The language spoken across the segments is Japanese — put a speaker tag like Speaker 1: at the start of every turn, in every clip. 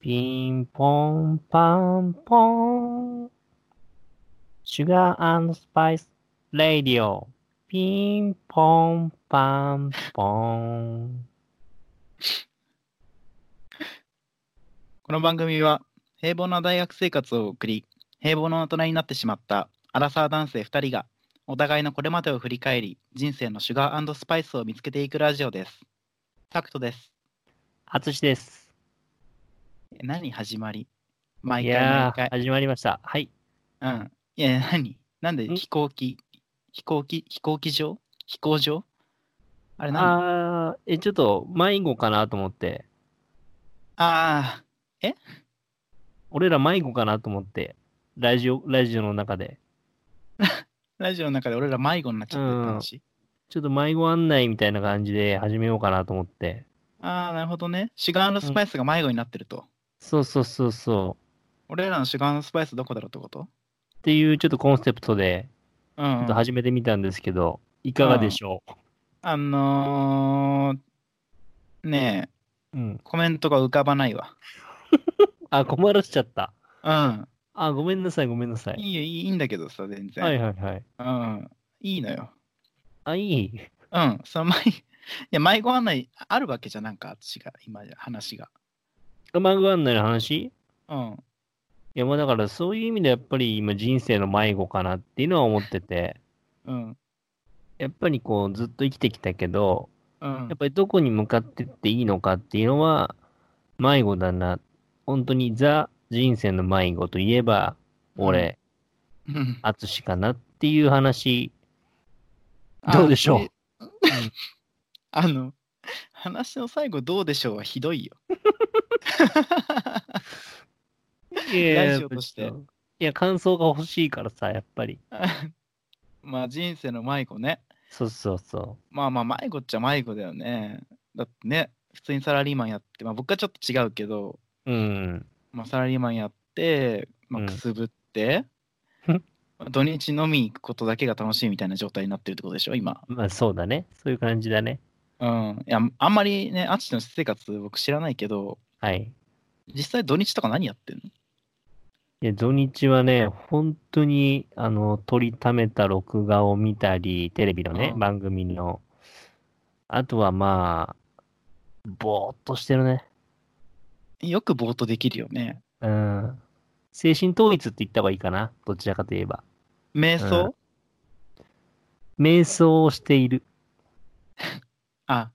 Speaker 1: ピンポンパンポン。シュガースパイスレディオ。ピンポンパンポン。
Speaker 2: この番組は平凡な大学生活を送り平凡な大人になってしまったアラサー男性2人がお互いのこれまでを振り返り人生のシュガースパイスを見つけていくラジオですタクトです
Speaker 1: あつしです。
Speaker 2: え何始まり
Speaker 1: い
Speaker 2: 毎回毎
Speaker 1: や
Speaker 2: 回
Speaker 1: ー、始まりました。はい。
Speaker 2: うんいや何なんで飛行機飛行機飛行機場飛行場あれ何あ
Speaker 1: あー、え、ちょっと迷子かなと思って。
Speaker 2: あー
Speaker 1: 俺ら迷子かなと思って。ラジオ、ラジオの中で。
Speaker 2: ラジオの中で俺ら迷子になっちゃってた話、
Speaker 1: ちょっと迷子案内みたいな感じで始めようかなと思って。
Speaker 2: ああなるほどねシュガースパイスが迷子になってると、
Speaker 1: そうそうそうそう。
Speaker 2: 俺らのシュガースパイスどこだろうってこと
Speaker 1: っていうちょっとコンセプトで、
Speaker 2: うん
Speaker 1: ちょ
Speaker 2: う
Speaker 1: っ
Speaker 2: ん
Speaker 1: と始めてみたんですけど、いかがでしょ
Speaker 2: あのー、ねえ、
Speaker 1: ううん。
Speaker 2: コメントが浮かばないわ。
Speaker 1: あ、困らしちゃった。
Speaker 2: うん。
Speaker 1: あ、ごめんなさい、ごめんなさい。
Speaker 2: いいよ、いいいいんだけどさ、全然。
Speaker 1: はいはいはい。
Speaker 2: うん。いいのよ。
Speaker 1: あ、いい。
Speaker 2: うん。その前、いや、迷子案内あるわけじゃん、なんか、私が、今、話が。
Speaker 1: 迷子案内の話い
Speaker 2: うん。
Speaker 1: や、まあだからそういう意味でやっぱり今人生の迷子かなっていうのは思ってて、
Speaker 2: うん。
Speaker 1: やっぱりこうずっと生きてきたけど、
Speaker 2: うん
Speaker 1: やっ。ぱりどこに向かってっていいのかっていうのは迷子だな。本当にザ人生の迷子といえば、俺、
Speaker 2: うん。
Speaker 1: アツシかなっていう話。どうでしょう
Speaker 2: あ。え あの、話の最後、どうでしょうはひど いよ。ラジオとして
Speaker 1: いや、感想が欲しいからさ、やっぱり。
Speaker 2: まあ、人生の迷子ね。
Speaker 1: そうそうそ
Speaker 2: まあまあ迷子っちゃ迷子だよね。だってね、普通にサラリーマンやって、まあ僕はちょっと違うけど、
Speaker 1: う。うん。
Speaker 2: まあサラリーマンやって、ま
Speaker 1: う
Speaker 2: あ
Speaker 1: ん
Speaker 2: くすぶって、
Speaker 1: ふん
Speaker 2: まあ土日飲みに行くことだけが楽しいみたいな状態になってるってことでしょ、今。
Speaker 1: まあそうだね。そういう感じだね。
Speaker 2: うん。いや、あんまりね、アチの私生活僕知らないけど、
Speaker 1: はい。
Speaker 2: 実際土日とか何やってんの
Speaker 1: いや土日はね、本当に、あの、撮りためた録画を見たり、テレビのね、
Speaker 2: うん
Speaker 1: 番組の。あとはまあ、ぼーっとしてるね。
Speaker 2: よくぼーっとできるよね。
Speaker 1: うん。精神統一って言った方がいいかな。どちらかといえば。
Speaker 2: 瞑想、
Speaker 1: うん瞑想をしている。
Speaker 2: あ、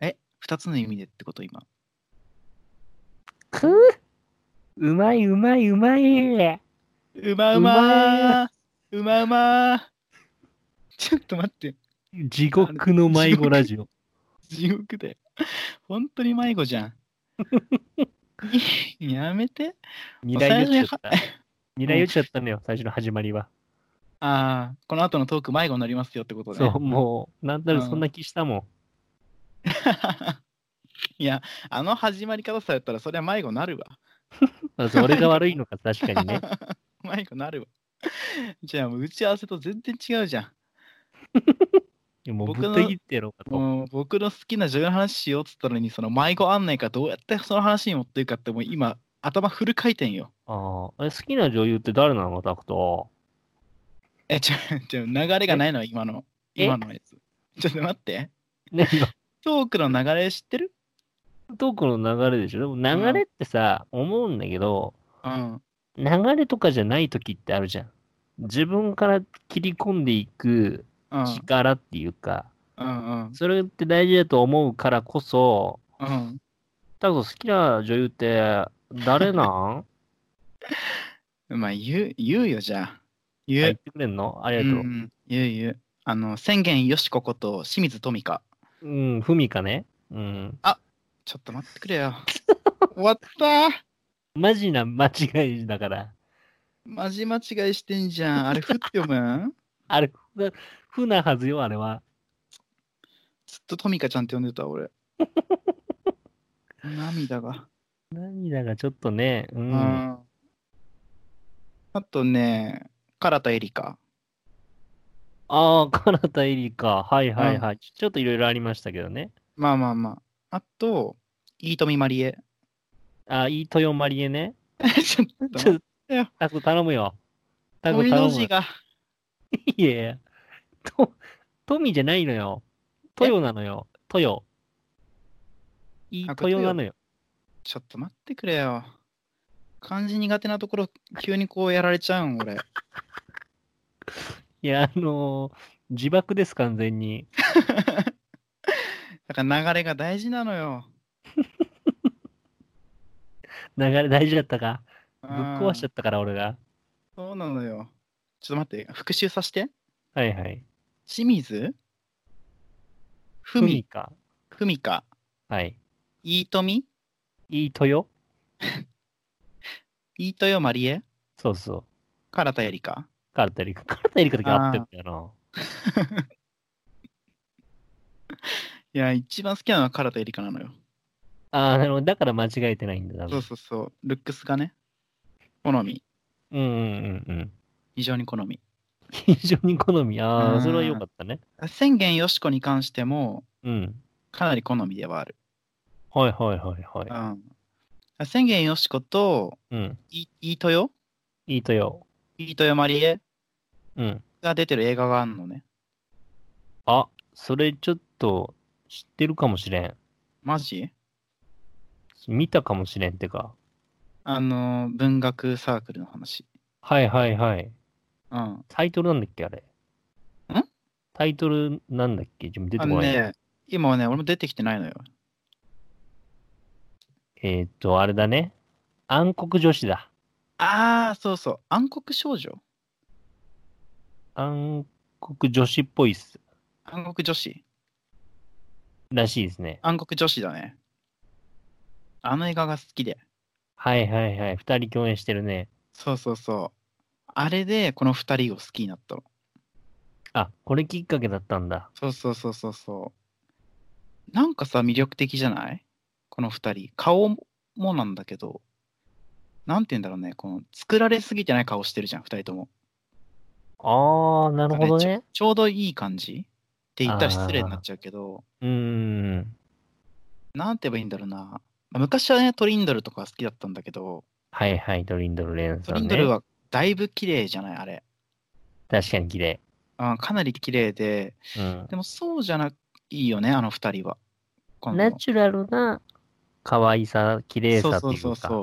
Speaker 2: え、二つの意味でってこと今。
Speaker 1: くーうまいうまいうまい。
Speaker 2: うまうまーうまうまーちょっと待って。
Speaker 1: 地獄の迷子ラジオ。
Speaker 2: 地獄だよ。本当に迷子 じゃん。いやめて。
Speaker 1: 未来言っちゃった。 未来言っちゃったのよ、最初の始まりは。
Speaker 2: ああ、この後のトーク迷子になりますよってことね。
Speaker 1: そう、もう、なんだろう、そんな気したもん。
Speaker 2: いや、あの始まり方されたら、それは迷子なるわ。
Speaker 1: まあそれが悪いの か、確かにね。
Speaker 2: 迷子なるわ。じゃあもう打ち合わせと全然違うじゃ
Speaker 1: いやもう
Speaker 2: 僕
Speaker 1: ぶ
Speaker 2: の
Speaker 1: った切ってやろうか
Speaker 2: ん。
Speaker 1: と。
Speaker 2: もう僕の好きな女優の話しようっつったのに、その迷子案内かどうやってその話に持っていくかって、もう今、頭フル回転よ。
Speaker 1: ああ、え好きな女優って誰なのタクト。
Speaker 2: え、ちょ、ちょ、流れがないのは今の、
Speaker 1: え
Speaker 2: 今のやつ。ちょっと待って。
Speaker 1: ね、
Speaker 2: トークの流れ知ってる
Speaker 1: トークの流れでしょ。でも流れってさ、思うんだけど、
Speaker 2: うん。
Speaker 1: 流れとかじゃない時ってあるじゃん。自分から切り込んでいく
Speaker 2: うん。
Speaker 1: 力っていうか、
Speaker 2: うん。
Speaker 1: それって大事だと思うからこそ、
Speaker 2: うん。
Speaker 1: タクト好きな女優って誰なん
Speaker 2: うん。まあ、言う、言うよ、じゃあ。言う。
Speaker 1: 言ってくれんのあり
Speaker 2: う
Speaker 1: がとう。うん
Speaker 2: ん、言う言う。あの、宣言よしここと清水富香。、
Speaker 1: ふみかね。うん。
Speaker 2: ちょっと待ってく れよ。終わった
Speaker 1: マジな間違いだから。
Speaker 2: マジ間違いしてんじゃん。あれ、ふって読むん
Speaker 1: あれ、ふなふなはずよ、あれは。
Speaker 2: ずっと富香ちゃんって呼んでた、 俺。涙が。
Speaker 1: 涙がちょっとね、う。
Speaker 2: うんん。あとね、唐田エリカ。
Speaker 1: ああ、カナタエリカ。はいはいはい。ちょっといろいろありましたけどね。
Speaker 2: まあまあまあ。あと、飯富まりえ。
Speaker 1: あ、いい豊まりえね。
Speaker 2: ちょっと
Speaker 1: ち
Speaker 2: 待
Speaker 1: ょ
Speaker 2: っ
Speaker 1: っ
Speaker 2: だよ
Speaker 1: と、タク頼むよ。
Speaker 2: て、
Speaker 1: タク
Speaker 2: 富
Speaker 1: 頼
Speaker 2: の
Speaker 1: む
Speaker 2: 字。が、
Speaker 1: いやいや。と、富じゃないのよ。豊なのよ。豊。いい
Speaker 2: あ
Speaker 1: 豊なのよ。
Speaker 2: ちょっと待ってくれよ。漢字苦手なところ、急にこうやられちゃうん、俺。
Speaker 1: いや、あのー自爆です、完全に。
Speaker 2: だから流れが大事なのよ。
Speaker 1: 流れ大事だったか。
Speaker 2: ぶ
Speaker 1: ぶっ壊しちゃったから、俺が。
Speaker 2: そうなのよ。ちょっと待って、復習させて。
Speaker 1: はいはい。
Speaker 2: 清水ふ
Speaker 1: 富
Speaker 2: み、
Speaker 1: か。
Speaker 2: ふみか、
Speaker 1: はい。
Speaker 2: いとみ、
Speaker 1: いい豊
Speaker 2: いとよまりえ、
Speaker 1: そうそう。
Speaker 2: からたやりか。
Speaker 1: カルタエリカ。カルタエリカだけ合ってんだよ
Speaker 2: いや、一番好きなのはからたやりかなのよ。
Speaker 1: な。ああー、なるほど。だから間違えてないんだ、多
Speaker 2: そう
Speaker 1: 分。
Speaker 2: そうそう、ルックスがね、好み、
Speaker 1: うんうんうんうん。
Speaker 2: 非常に好み。
Speaker 1: 非常に好み。あ
Speaker 2: う
Speaker 1: あ、
Speaker 2: ん
Speaker 1: それは良かったね。
Speaker 2: 宣言よしこに関しても、
Speaker 1: うん。
Speaker 2: かなり好みではある。
Speaker 1: はいはいはいは
Speaker 2: うん、宣言よしこと、
Speaker 1: い。うん。
Speaker 2: いいとよ、
Speaker 1: いい豊。
Speaker 2: いとよまりえ
Speaker 1: うん。
Speaker 2: が出てる映画があるのね。
Speaker 1: あ、それちょっと知ってるかもしれん。
Speaker 2: マジ
Speaker 1: 見たかもしれんってか。
Speaker 2: あのー、文学サークルの話。
Speaker 1: はいはいはい。
Speaker 2: うん。
Speaker 1: タイトルなんだっけあれ。
Speaker 2: ん
Speaker 1: タイトルなんだっけ自分出
Speaker 2: あ
Speaker 1: て
Speaker 2: の
Speaker 1: こない。
Speaker 2: ね、今はね、俺も出てきてないのよ。
Speaker 1: えーっと、あれだね。暗黒女子だ。
Speaker 2: ああ、そうそう。暗黒少女
Speaker 1: 暗黒女子っぽいっす。
Speaker 2: 暗黒女子
Speaker 1: らしいですね。
Speaker 2: 暗黒女子だね。あの映画が好きで。
Speaker 1: はいはいはい。二人共演してるね。
Speaker 2: そうそうそう。あれで、この二人を好きになったの。
Speaker 1: あ、これきっかけだったんだ。
Speaker 2: そうそうそうそうそう。なんかさ、魅力的じゃないこの二人。顔もなんだけど、なんて言うんだろうね。この作られすぎてない顔してるじゃん、二人とも。
Speaker 1: あー、なるほど
Speaker 2: なん
Speaker 1: ね
Speaker 2: か。ちょちょうどいい感じって言ったら失礼になっちゃうけど、
Speaker 1: うーん。
Speaker 2: なんて言えばいいんだろうな。まあ昔はね、トリンドルとか好きだったんだけど、
Speaker 1: はいはい、トリンドル・レン
Speaker 2: ト
Speaker 1: さ
Speaker 2: リ
Speaker 1: ん
Speaker 2: ン
Speaker 1: ね
Speaker 2: ド。ルはだいぶ綺麗じゃない、あれ。
Speaker 1: 確かに綺麗。
Speaker 2: うん、かなり綺麗で、
Speaker 1: うん
Speaker 2: でもそうじゃないよね、あの二人は。この
Speaker 1: ナチュラルな可愛さ、綺麗
Speaker 2: そ
Speaker 1: さ
Speaker 2: う
Speaker 1: って
Speaker 2: そう
Speaker 1: いうか。
Speaker 2: そ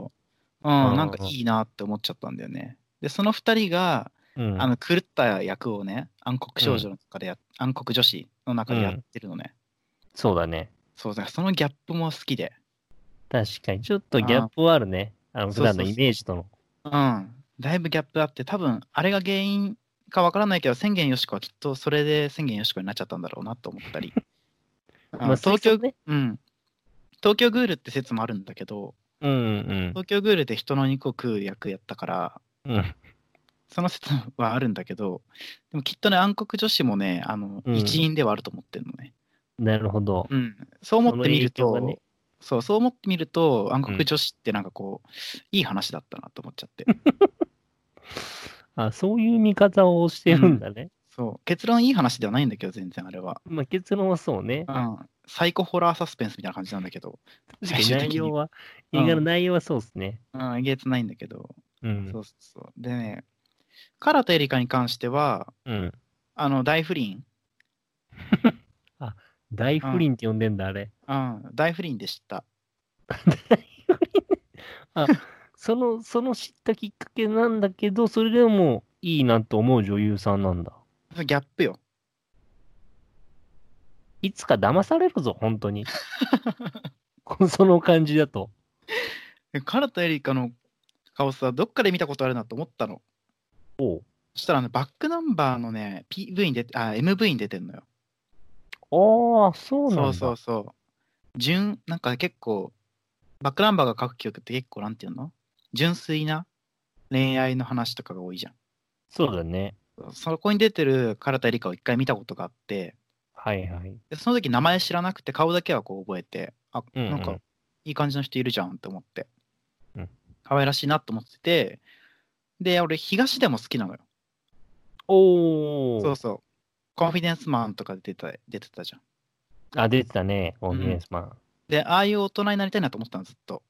Speaker 2: うそう。うん、
Speaker 1: うん
Speaker 2: なんかいいなって思っちゃったんだよね。で、その二人が、
Speaker 1: うん
Speaker 2: あの狂った役をね、暗黒少女の中でや、暗黒女子の中でやってるのね。
Speaker 1: そうだね。
Speaker 2: そうだからそのギャップも好きで。
Speaker 1: 確かに。ちょっとギャップはあるね。あの、普
Speaker 2: そうそう
Speaker 1: 段
Speaker 2: そ
Speaker 1: の
Speaker 2: う
Speaker 1: イメージとの。
Speaker 2: うん、だいぶギャップあって、多分あれが原因かわからないけど、宣言よしこはきっとそれで宣言よしこになっちゃったんだろうなと思っ たり。うん
Speaker 1: まあ
Speaker 2: 東京、
Speaker 1: ね。
Speaker 2: うん。東京グールって説もあるんだけど、
Speaker 1: うんうん
Speaker 2: 東京グールで人の肉を食う役やったから、
Speaker 1: うん。うん
Speaker 2: その説はあるんだけど、でもきっとね、暗黒女子もね、あの、
Speaker 1: うん
Speaker 2: 一因ではあると思ってるのね。
Speaker 1: なるほど。
Speaker 2: うん。そう思ってみる
Speaker 1: その影響
Speaker 2: と、
Speaker 1: がね
Speaker 2: そう、そう思ってみると、暗黒女子ってなんかこう、いい話だったなと思っちゃって。
Speaker 1: あ、そういう見方をしてるんだね。
Speaker 2: そう。結論いい話ではないんだけど、全然あれは。
Speaker 1: まあ結論はそうね
Speaker 2: う。ん、サイコホラーサスペンスみたいな感じなんだけど、
Speaker 1: 確か
Speaker 2: 最
Speaker 1: に
Speaker 2: 終的に
Speaker 1: 内容は、
Speaker 2: うん
Speaker 1: 映画の内容はそうですね。
Speaker 2: うん、えげつないんだけど、
Speaker 1: うん
Speaker 2: そ。うそうそう。でね、カラタエリカに関しては、
Speaker 1: うん。
Speaker 2: あの、大不倫、
Speaker 1: 大不倫って呼んでんだ、あれ。
Speaker 2: うん、大不倫でした。
Speaker 1: その、その知ったきっかけなんだけど、それでもいいなと思う女優さんなんだ。
Speaker 2: ギャップよ。
Speaker 1: いつか騙されるぞ、本当に。 こその感じだと。
Speaker 2: でカラタエリカの顔さ、どっかで見たことあるなと思ったの。
Speaker 1: おう
Speaker 2: そしたらあの、バックナンバーのね、PV に出て、あ、MV に出てんのよ。
Speaker 1: ああ、そうなんだ。
Speaker 2: そうそうそう。純、なんか結構、バックナンバーが書く曲って結構、なんていうの純粋な恋愛の話とかが多いじゃん。
Speaker 1: そうだね。
Speaker 2: そこに出てる唐田絵里香を一回見たことがあって、
Speaker 1: はいはい。
Speaker 2: でその時名前知らなくて顔だけはこう覚えて、あ、
Speaker 1: うんうん
Speaker 2: なんかいい感じの人いるじゃんって思って
Speaker 1: うん、
Speaker 2: 可愛らしいなと思ってて、で、俺、東でも好きなのよ。
Speaker 1: おお。
Speaker 2: そうそう。コンフィデンスマンとかで出た出てたじゃん。
Speaker 1: あ、出てたね、オンディエンスマン。
Speaker 2: で、ああいう大人になりたいなと思ってたの、ずっと。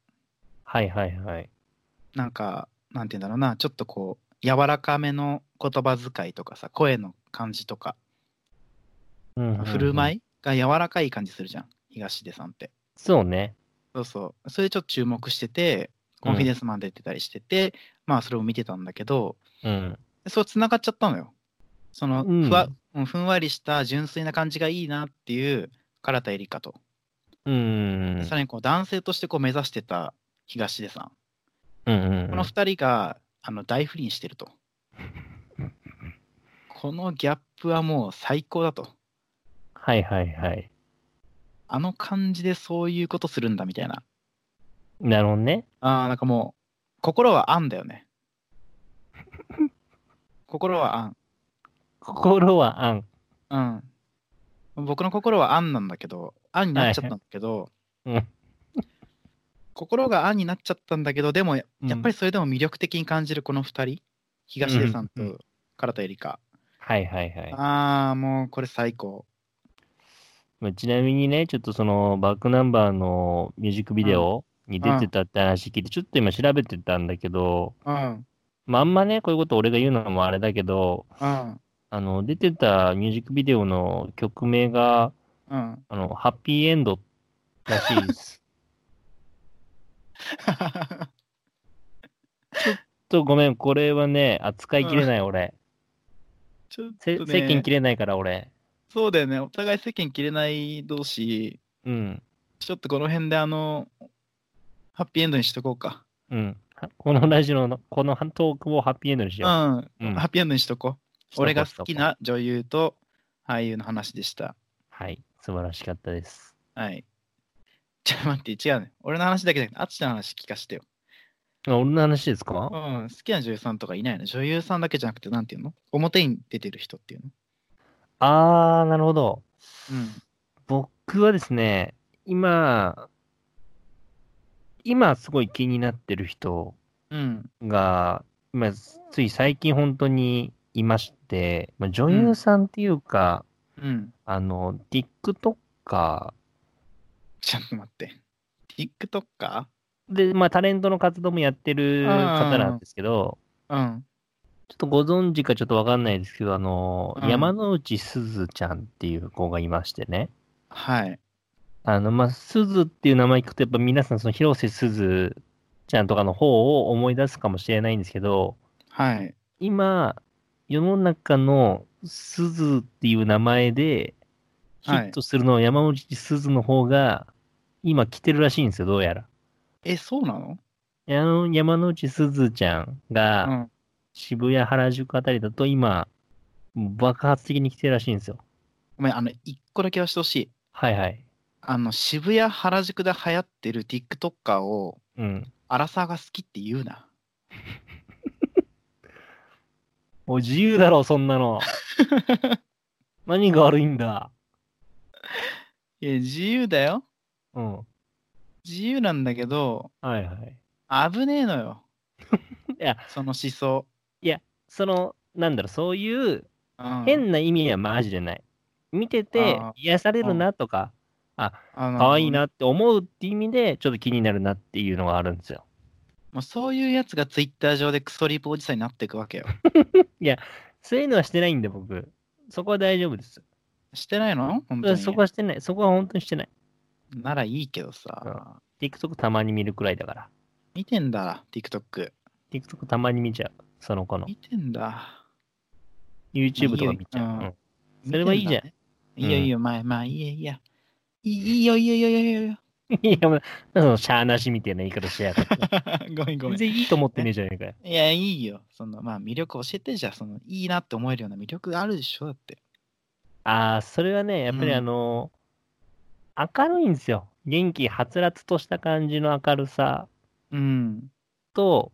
Speaker 1: はいはいはい。
Speaker 2: なんか、なんて言うんだろうな、ちょっとこう、柔らかめの言葉遣いとかさ、声の感じとか、
Speaker 1: うんうんうん
Speaker 2: 振る舞いが柔らかい感じするじゃん、東出さんって。
Speaker 1: そうね。
Speaker 2: そうそう。それちょっと注目してて、コンフィデンスマン出てたりしてて、まあそれを見てたんだけど、
Speaker 1: うん。
Speaker 2: そう繋がっちゃったのよ。その
Speaker 1: うん
Speaker 2: ふわ、うんふんわりした純粋な感じがいいなっていう唐田絵里香と、
Speaker 1: うんうんうん。
Speaker 2: さらにこう男性としてこう目指してた東出さん。
Speaker 1: うんうんうん
Speaker 2: この2人があの大不倫して ると。このギャップはもう最高だと。
Speaker 1: はいはいはい。
Speaker 2: あの感じでそういうことするんだみたいな。
Speaker 1: なるほどね。
Speaker 2: ああ、なんかもう、心はあんだよ ね。心はあん。
Speaker 1: 心はあん。
Speaker 2: うん。僕の心はあんなんだけど、あんになっちゃったんだけど、
Speaker 1: はいうん
Speaker 2: 心があんになっちゃったんだけど、でも、や
Speaker 1: うん
Speaker 2: っぱりそれでも魅力的に感じるこの二人、東出さん
Speaker 1: うんう
Speaker 2: と唐田絵里香。
Speaker 1: はいはいはい。
Speaker 2: ああ、もうこれ最高。
Speaker 1: まあ、ちなみにね、ちょっとそのバックナンバーのミュージックビデオに出てたって話聞いて、ちょっと今調べてたんだけど、
Speaker 2: うん。
Speaker 1: まあ、あんまね、こういうこと俺が言うのもあれだけど、
Speaker 2: うん。
Speaker 1: あの、出てたミュージックビデオの曲名が、
Speaker 2: うん。
Speaker 1: あの、ハッピーエンドらしいです。ちょっとごめん、これはね、扱いきれない俺。
Speaker 2: ちょっ
Speaker 1: せ
Speaker 2: と
Speaker 1: 世間
Speaker 2: ね
Speaker 1: 切、れないから俺。
Speaker 2: そうだよね。お互い世間切れない同士、
Speaker 1: うん。
Speaker 2: ちょっとこの辺であの、ハッピーエンドにしとこうか。
Speaker 1: うん。はこのラジオの、このトークをハッピーエンドにし
Speaker 2: うん。
Speaker 1: よ
Speaker 2: ハ
Speaker 1: う。うん。
Speaker 2: ッピーエンドにしとこう。俺が好き
Speaker 1: そうそうそう。
Speaker 2: な女優と俳優の話でした。
Speaker 1: はい。素晴らしかったです。
Speaker 2: はい。ちょ、待って、違うね。俺の話だけじゃなくて、あっちの話聞かせてよ。
Speaker 1: あ俺の話です
Speaker 2: う
Speaker 1: か
Speaker 2: ん。好きな女優さんとかいないの女優さんだけじゃなくて、なんていうの表に出てる人っていうの
Speaker 1: あー、なるほど。
Speaker 2: うん。
Speaker 1: 僕はですね、今、今すごい気になってる人
Speaker 2: うん。
Speaker 1: が、今、つい最近本当にいまして、まあ、女優さんっていうか、
Speaker 2: うん。
Speaker 1: あの、TikToker
Speaker 2: ちょっと待って。TikToker?
Speaker 1: で、まあ、タレントの活動もやってる方なんですけど、
Speaker 2: うん。
Speaker 1: ちょっとご存知かちょっとわかんないですけど、あの、
Speaker 2: うん
Speaker 1: 山之内すずちゃんっていう子がいましてね。
Speaker 2: はい。
Speaker 1: あの、まあ、すずっていう名前聞くと、やっぱ皆さん、その広瀬すずちゃんとかの方を思い出すかもしれないんですけど、
Speaker 2: はい。
Speaker 1: 今、世の中のすずっていう名前でヒ
Speaker 2: はい
Speaker 1: ットするのは山内すずの方が、今来てるらしいんですよ、どうやら。
Speaker 2: え、そうなの
Speaker 1: あの山内すずちゃん
Speaker 2: う
Speaker 1: が
Speaker 2: ん。
Speaker 1: 渋谷、原宿あたりだと今、爆発的に来てるらしいんですよ。
Speaker 2: ごめん、あの、一個だけはしてほしい。
Speaker 1: はいはい。
Speaker 2: あの、渋谷、原宿で流行ってる TikToker を、
Speaker 1: うん。
Speaker 2: アラサーが好きって言うな。
Speaker 1: お自由だろ、そんなの。 何が悪いんだ。
Speaker 2: いや、自由だよ。
Speaker 1: うん。
Speaker 2: 自由なんだけど、
Speaker 1: はいはい。。
Speaker 2: 危ねえのよ
Speaker 1: いや、
Speaker 2: その思想。
Speaker 1: その、なんだろう、そういう
Speaker 2: うん、
Speaker 1: 変な意味はマジでない。見てて
Speaker 2: あー
Speaker 1: 癒されるなとか、
Speaker 2: あの
Speaker 1: 可愛い。なって思うって意味で、ちょっと気になるなっていうのがあるんですよ。
Speaker 2: もうそういうやつがツイッター上でクソリポおじさんになっていくわけよ。
Speaker 1: そういうのはしてないんで、僕。そこは大丈夫です。
Speaker 2: してないの本当に。
Speaker 1: そこはしてない。そこは本当にしてない。
Speaker 2: ならいいけどさ。
Speaker 1: TikTok たまに見るくらいだから。
Speaker 2: 見てんだ、TikTok。
Speaker 1: TikTok たまに見ちゃう。その子の。
Speaker 2: 見てんだ。
Speaker 1: YouTube とか見ちゃう。
Speaker 2: まあいいよ
Speaker 1: それはいいじゃん
Speaker 2: 見てんだね。いやいや、まあまあ、いいやいいや。いいいいよ、いいよ、いいよ、いいよいいよ。
Speaker 1: うん いや、もうその、しゃーなしみたいな言い方してやがって。
Speaker 2: ごめんごめ
Speaker 1: 全
Speaker 2: ん。い
Speaker 1: 然いいと思ってねえじゃねえかよ。
Speaker 2: や、いいよ。その、まあ、魅力教えてじゃんその、いいなって思えるような魅力があるでしょ、だって。
Speaker 1: ああ、それはね、やっぱり
Speaker 2: うん
Speaker 1: あのー明るいんですよ。元気はつらつとした感じの明るさ
Speaker 2: うん。
Speaker 1: と、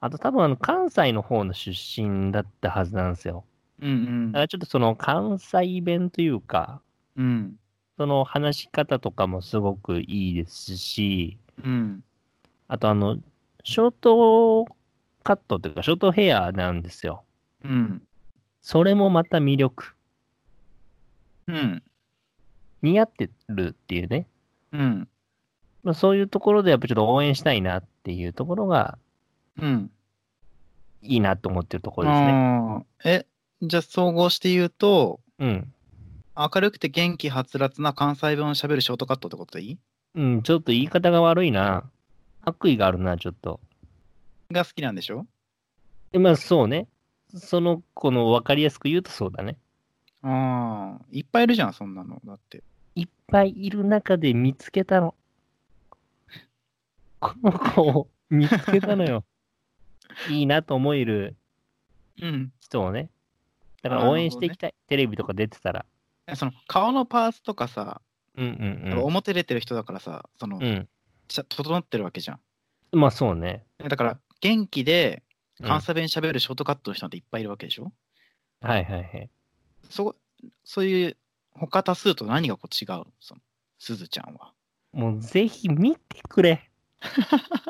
Speaker 1: あと多分あの関西の方の出身だったはずなんですよ。
Speaker 2: うん
Speaker 1: だからちょっとその関西弁というか、
Speaker 2: うん。うん。
Speaker 1: その話し方とかもすごくいいですし、
Speaker 2: うん。
Speaker 1: あとあの、ショートカットというか、ショートヘアなんですよ。
Speaker 2: うん。
Speaker 1: それもまた魅力。
Speaker 2: うん。
Speaker 1: 似合ってるっていうね。
Speaker 2: うん。
Speaker 1: まあ、そういうところでやっぱちょっと応援したいなっっていうところが
Speaker 2: うん。
Speaker 1: いいなと思ってるところですね。
Speaker 2: あーえ、じゃあ総合して言うと、
Speaker 1: うん。
Speaker 2: 明るくて元気はつらつな関西弁を喋るショートカットってことでいい
Speaker 1: うん、ちょっと言い方が悪いな。悪意があるな、ちょっと。
Speaker 2: が好きなんでしょ
Speaker 1: でまあ、そうね。その子の分かりやすく言うとそうだね。
Speaker 2: ああ、いっぱいいるじゃん、そんなの。だって。
Speaker 1: いっぱいいる中で見つけたの。 この子を見つけたの よ。いいなと思える
Speaker 2: うん。
Speaker 1: 人をね。だか
Speaker 2: なる
Speaker 1: ら
Speaker 2: ほど
Speaker 1: 応
Speaker 2: ね
Speaker 1: 援していきたい。テレビとか出てたら。
Speaker 2: その顔のパーツとかさ、
Speaker 1: うんう
Speaker 2: やっぱ
Speaker 1: ん
Speaker 2: 表出てる人だからさ、その、
Speaker 1: うん。
Speaker 2: ちゃ整ってるわけじゃん。
Speaker 1: うん。まあそうね。
Speaker 2: だから、元気で
Speaker 1: うん
Speaker 2: 関西弁喋るショートカットの人なんていっぱいいるわけでしょ、
Speaker 1: はいはいはい。
Speaker 2: そこそういう他多数と何がこう違うのそのすずちゃんは。
Speaker 1: もうぜひ見てくれ。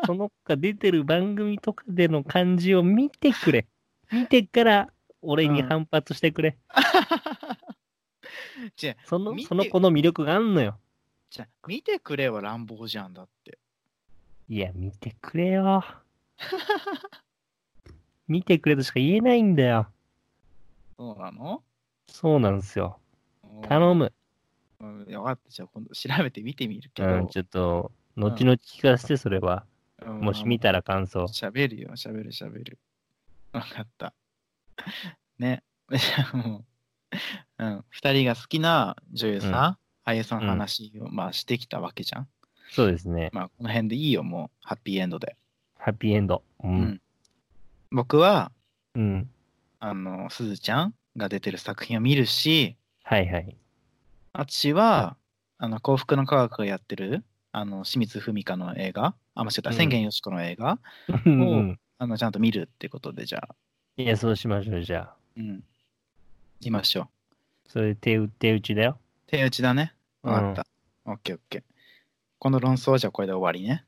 Speaker 1: その子が出てる番組とかでの感じを見てくれ。見てから俺に反発してくれ。
Speaker 2: 違う
Speaker 1: その
Speaker 2: 見て
Speaker 1: その子の魅力があんのよ。
Speaker 2: じゃあ見てくれは乱暴じゃんだって。
Speaker 1: いや、見てくれよ。見てくれとしか言えないんだよ。
Speaker 2: そうなの
Speaker 1: そうなんですよ。頼む。
Speaker 2: うん。分かった。じゃあ今度調べて見てみるけど。
Speaker 1: うん、ちょっと、後々聞かせて、それは。
Speaker 2: うん
Speaker 1: もし見たら感想。
Speaker 2: 喋るよ、喋る、喋る。わかった。 ね。 じゃあもう、うん、二人が好きな女優さ
Speaker 1: う
Speaker 2: ん、
Speaker 1: ん
Speaker 2: 俳優さんの話を、まあ、してきたわけじゃん。
Speaker 1: そうですね。
Speaker 2: まあ、この辺でいいよ、もう、ハッピーエンドで。
Speaker 1: ハッピーエンド。う。
Speaker 2: うんん僕は、
Speaker 1: うん。
Speaker 2: あの、すずちゃんが出てる作品を見るし、
Speaker 1: はいはい。
Speaker 2: あっちは、あの、幸福の科学がやってる、あの、清水文香の映画、あ、間違えた、
Speaker 1: うん
Speaker 2: 千言よしこの映画、
Speaker 1: うん
Speaker 2: もう
Speaker 1: うん
Speaker 2: あの、ちゃんと見るってことで、じゃあ、
Speaker 1: いや、そうしましょう、じゃあ。
Speaker 2: うん、いましょう。
Speaker 1: それ手打手打ちだよ。
Speaker 2: 手打ちだね。
Speaker 1: うん
Speaker 2: わかった。オッケーオッケー。この論争はじゃあこれで終わりね。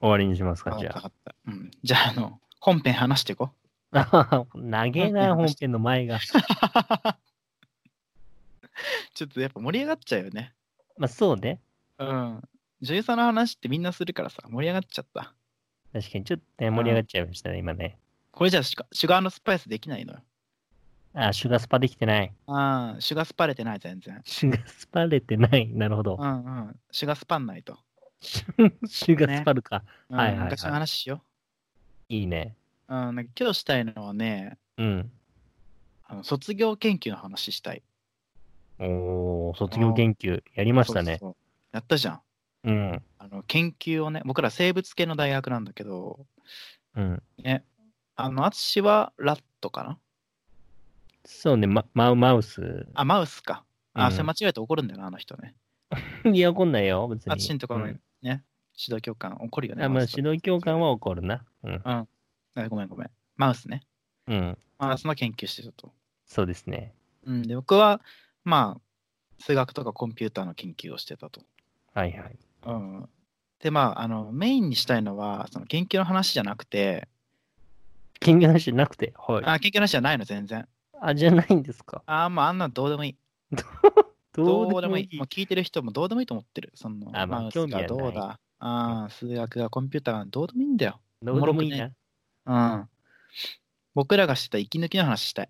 Speaker 1: 終わりにします
Speaker 2: わ
Speaker 1: か
Speaker 2: かっ、
Speaker 1: じ
Speaker 2: た
Speaker 1: ゃ
Speaker 2: わかった。うん。じゃあ、あの、本編話していこ
Speaker 1: あ。 長えな、本編の前 が。
Speaker 2: う。 ちょっとやっぱ盛り上がっちゃうよね。
Speaker 1: まあ、そうね。
Speaker 2: うん。女優さんの話ってみんなするからさ、盛り上がっちゃった。
Speaker 1: 確かに、ちょっとね、盛り上がっちゃいましたね、今ね。
Speaker 2: これじゃあシュガシュガーのスパイスできないのよ。
Speaker 1: あ、シュガースパできてない。
Speaker 2: ああ、シュガースパれてない、全然。
Speaker 1: シュガースパれてない。 なるほど
Speaker 2: う。んうん。シュガースパんないと。
Speaker 1: シュガースパルか。
Speaker 2: うん
Speaker 1: はいはいはい
Speaker 2: 昔の話しよ
Speaker 1: いいね。
Speaker 2: う。うん。なんか今日したいのはね、
Speaker 1: うん。
Speaker 2: あの卒業研究の話したい。
Speaker 1: おー、卒業研究やりましたね。
Speaker 2: そうそうやったじゃん。
Speaker 1: うん。
Speaker 2: あの研究をね僕ら生物系の大学なんだけど
Speaker 1: うん。
Speaker 2: ねあの淳はラットかな
Speaker 1: そうね、ま、マウマウス。
Speaker 2: あマウスかあ、
Speaker 1: うん
Speaker 2: それ間違えて怒るんだよなあの人ね
Speaker 1: いや、怒んないよ、別に。
Speaker 2: 淳とかも
Speaker 1: う
Speaker 2: ね
Speaker 1: ん、
Speaker 2: 指導教官怒るよね
Speaker 1: あま
Speaker 2: マ
Speaker 1: あ、
Speaker 2: ウスと
Speaker 1: 指導教官は怒るな。うん。
Speaker 2: あごめんごめんマウスね
Speaker 1: うん。
Speaker 2: マウスの研究してたと、
Speaker 1: そうですね。
Speaker 2: うん、で僕はまあ数学とかコンピューターの研究をしてたと、
Speaker 1: はいはい。
Speaker 2: うん、でまああのメインにしたいのはその研究の話じゃなくて
Speaker 1: 研究の話じゃなくて、はい。
Speaker 2: あ研究の話じゃないの全然
Speaker 1: あ、じゃないんですか。
Speaker 2: あもうあんなのどうでもいい
Speaker 1: ど
Speaker 2: ど
Speaker 1: う
Speaker 2: う
Speaker 1: で
Speaker 2: で
Speaker 1: も
Speaker 2: も
Speaker 1: い
Speaker 2: い
Speaker 1: い
Speaker 2: い。もう。聞いてる人もどうでもいいと思ってる。その
Speaker 1: あまあ
Speaker 2: マウス
Speaker 1: 興味はな
Speaker 2: が
Speaker 1: い
Speaker 2: どうだ。ああ、数学がコンピューターがどうでもいいんだよ。
Speaker 1: どうでもいい
Speaker 2: おも
Speaker 1: な。
Speaker 2: うん。僕らがしてた息抜きの話したい。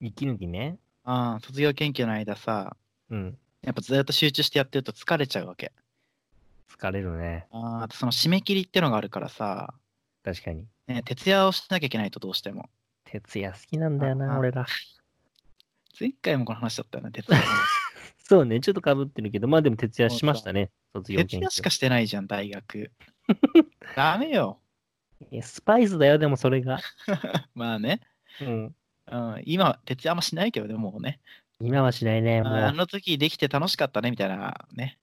Speaker 1: 息抜きね。
Speaker 2: ああ、卒業研究の間さ、
Speaker 1: うん。
Speaker 2: やっぱずっと集中してやってると疲れちゃうわけ。
Speaker 1: 疲れるね。
Speaker 2: ああ、あとその締め切りってのがあるからさ、
Speaker 1: 確かに。
Speaker 2: ね、徹夜をしなきゃいけないとどうしても。
Speaker 1: 徹夜好きなんだよ
Speaker 2: あ
Speaker 1: な、
Speaker 2: あ
Speaker 1: 俺ら。
Speaker 2: 前回もこの話だったよね、 徹夜の話。
Speaker 1: そうね、ちょっとかぶってるけど、まあでも徹夜しましたね。卒業研究。
Speaker 2: 徹夜しかしてないじゃん、大 学。ダメよ。
Speaker 1: いやスパイスだよ、でもそれが。
Speaker 2: まあね、
Speaker 1: うん。
Speaker 2: うん、今は徹夜あんましないけどね、もうね。
Speaker 1: 今はしないね、も
Speaker 2: ああ
Speaker 1: う。
Speaker 2: の時できて楽しかったねみたいなね。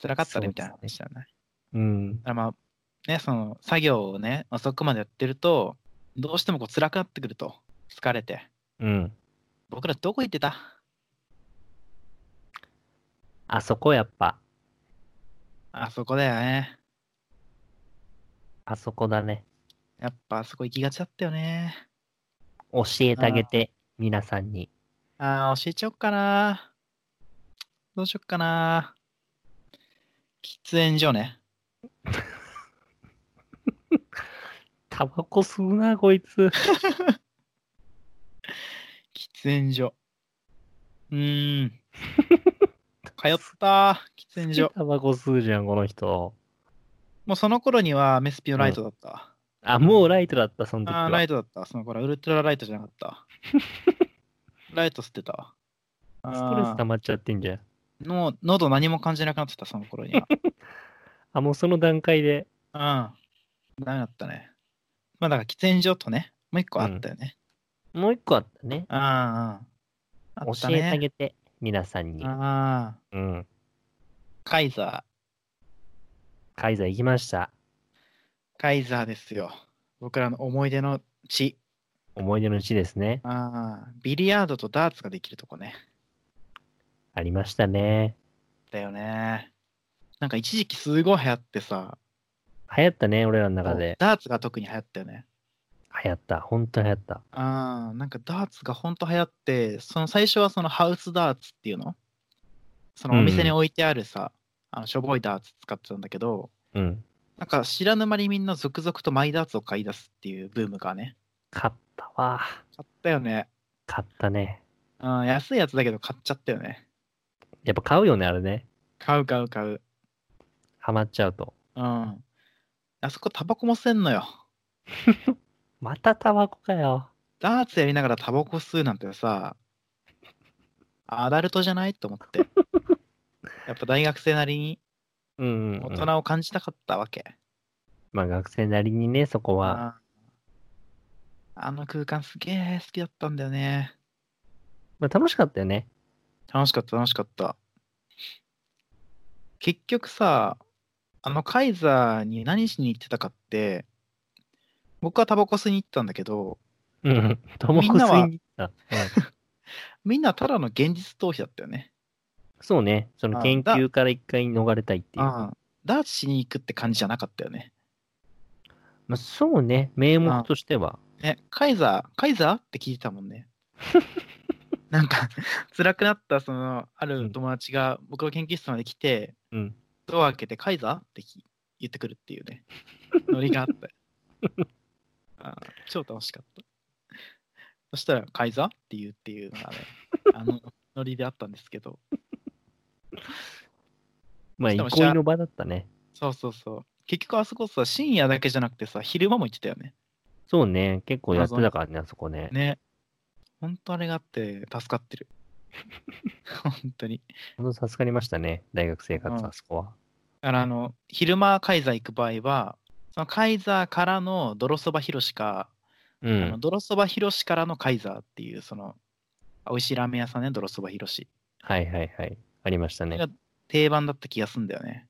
Speaker 2: 辛かったねみたいな話だね。
Speaker 1: うん
Speaker 2: だ。からまあ、ね、その作業をね、遅くまでやってると、どうしてもこう辛くなってくると、疲れて。
Speaker 1: うん。
Speaker 2: 僕らどこ行ってた
Speaker 1: あそこやっぱ。
Speaker 2: あそこだよね。
Speaker 1: あそこだね。
Speaker 2: やっぱあそこ行きがちだったよね。
Speaker 1: 教えてあげて、皆さんに。
Speaker 2: ああ、教えちゃおっかな。どうしよっかな。喫煙所ね。
Speaker 1: タバコ吸うな、こいつ。
Speaker 2: 喫煙所。うーん。 通った喫煙所。
Speaker 1: タバコ吸うじゃん、この人。
Speaker 2: もうその頃にはメスピのライトだった。
Speaker 1: あ、もうライトだった、その時
Speaker 2: あ
Speaker 1: は。
Speaker 2: あ、ライトだった。その頃はウルトラライトじゃな かった。ライト吸ってたわ。
Speaker 1: ストレス
Speaker 2: あ
Speaker 1: 溜まっちゃってんじゃん。
Speaker 2: ーの喉何も感じなくなってた、その 頃には。
Speaker 1: あ、もうその段階で。
Speaker 2: うん。ダメだったね。まあだから喫煙所とね、もう一個あったよね。
Speaker 1: もう一個あったね。
Speaker 2: うん、ああ。あった
Speaker 1: 教え
Speaker 2: ね。
Speaker 1: てあげて、皆さんに。
Speaker 2: ああ。
Speaker 1: うん。
Speaker 2: カイザ
Speaker 1: カイザー行きました。
Speaker 2: ー。カイザーですよ。僕らの思い出の地。
Speaker 1: 思い出の地ですね。
Speaker 2: ああ。ビリヤードとダーツができるとこね。
Speaker 1: ありましたね。
Speaker 2: だよね。なんか一時期すごい流行ってさ、
Speaker 1: 流行ったね、俺らの中で。
Speaker 2: ダーツが特に流行ったよね。
Speaker 1: 流行った。本当に流行った。
Speaker 2: ああ、なんかダーツがほんと流行って、その最初はそのハウスダーツっていうのそのお店に置いてあるさ、あのしょぼいダーツ使ってたんだけど、
Speaker 1: うん。
Speaker 2: なんか知らぬ間にみんな続々とマイダーツを買い出すっていうブームがね、
Speaker 1: 勝ったわ。
Speaker 2: 買ったよね。
Speaker 1: 勝ったね。
Speaker 2: うん、安いやつだけど買っちゃったよね。
Speaker 1: やっぱ買うよね、あれね。
Speaker 2: 買う買う買う。
Speaker 1: ハマっちゃうと。
Speaker 2: うん。あそこタバコも吸えんのよ。
Speaker 1: またタバコかよ。
Speaker 2: ダーツやりながらタバコ吸うなんてさ、アダルトじゃないと思 って。やっぱ大学生なりに
Speaker 1: うん、うん。
Speaker 2: 大人を感じたかったわけ。
Speaker 1: まあ学生なりにね、そこは。
Speaker 2: ああの空間すげえ好きだったんだよね。
Speaker 1: まあ楽しかったよね。
Speaker 2: 楽しかった楽しかった。結局さ、あのカイザーに何しに行ってたかって、僕はタバコ吸いに行ったんだけど、
Speaker 1: うん。タバコ吸いに行った。うん
Speaker 2: みんなただの現実逃避だったよね。
Speaker 1: そうね。その
Speaker 2: あ
Speaker 1: 研
Speaker 2: だ
Speaker 1: 究から一回逃れたいっていう。
Speaker 2: ああダーツしに行くって感じじゃなかったよね。
Speaker 1: まあそうね。名目としては。
Speaker 2: ね、カイザー、カイザーって聞いてたもんね。なんか、辛くなった、その、ある友達が僕の研究室まで来て、
Speaker 1: うん。
Speaker 2: ドア開けて、カイザーってき言ってくるっていうね、ノリがあった。あー超楽しかった。そしたら、カイザーって言うっていうのがね、あの、ノリであったんですけど、
Speaker 1: まあ
Speaker 2: しかも
Speaker 1: 憩いの場だったね。
Speaker 2: そうそうそう。結局、あそこさ、深夜だけじゃなくてさ、昼間も行ってたよね。
Speaker 1: そうね。結構やってたからね、あそこね。
Speaker 2: ね。ほんとあれがあって、助かってる。本当に。
Speaker 1: ほんと助かりましたね。大学生活、
Speaker 2: うん
Speaker 1: あそこは。
Speaker 2: だからあの昼間カイザー行く場合はそのカイザーからの泥そばひろしか、
Speaker 1: う
Speaker 2: あの
Speaker 1: ん。
Speaker 2: 泥そばひろしからのカイザーっていうその美味しいラーメン屋さんね泥そばひろし
Speaker 1: はいはいはい。ありましたね
Speaker 2: なん。か定番だった気がすんだよね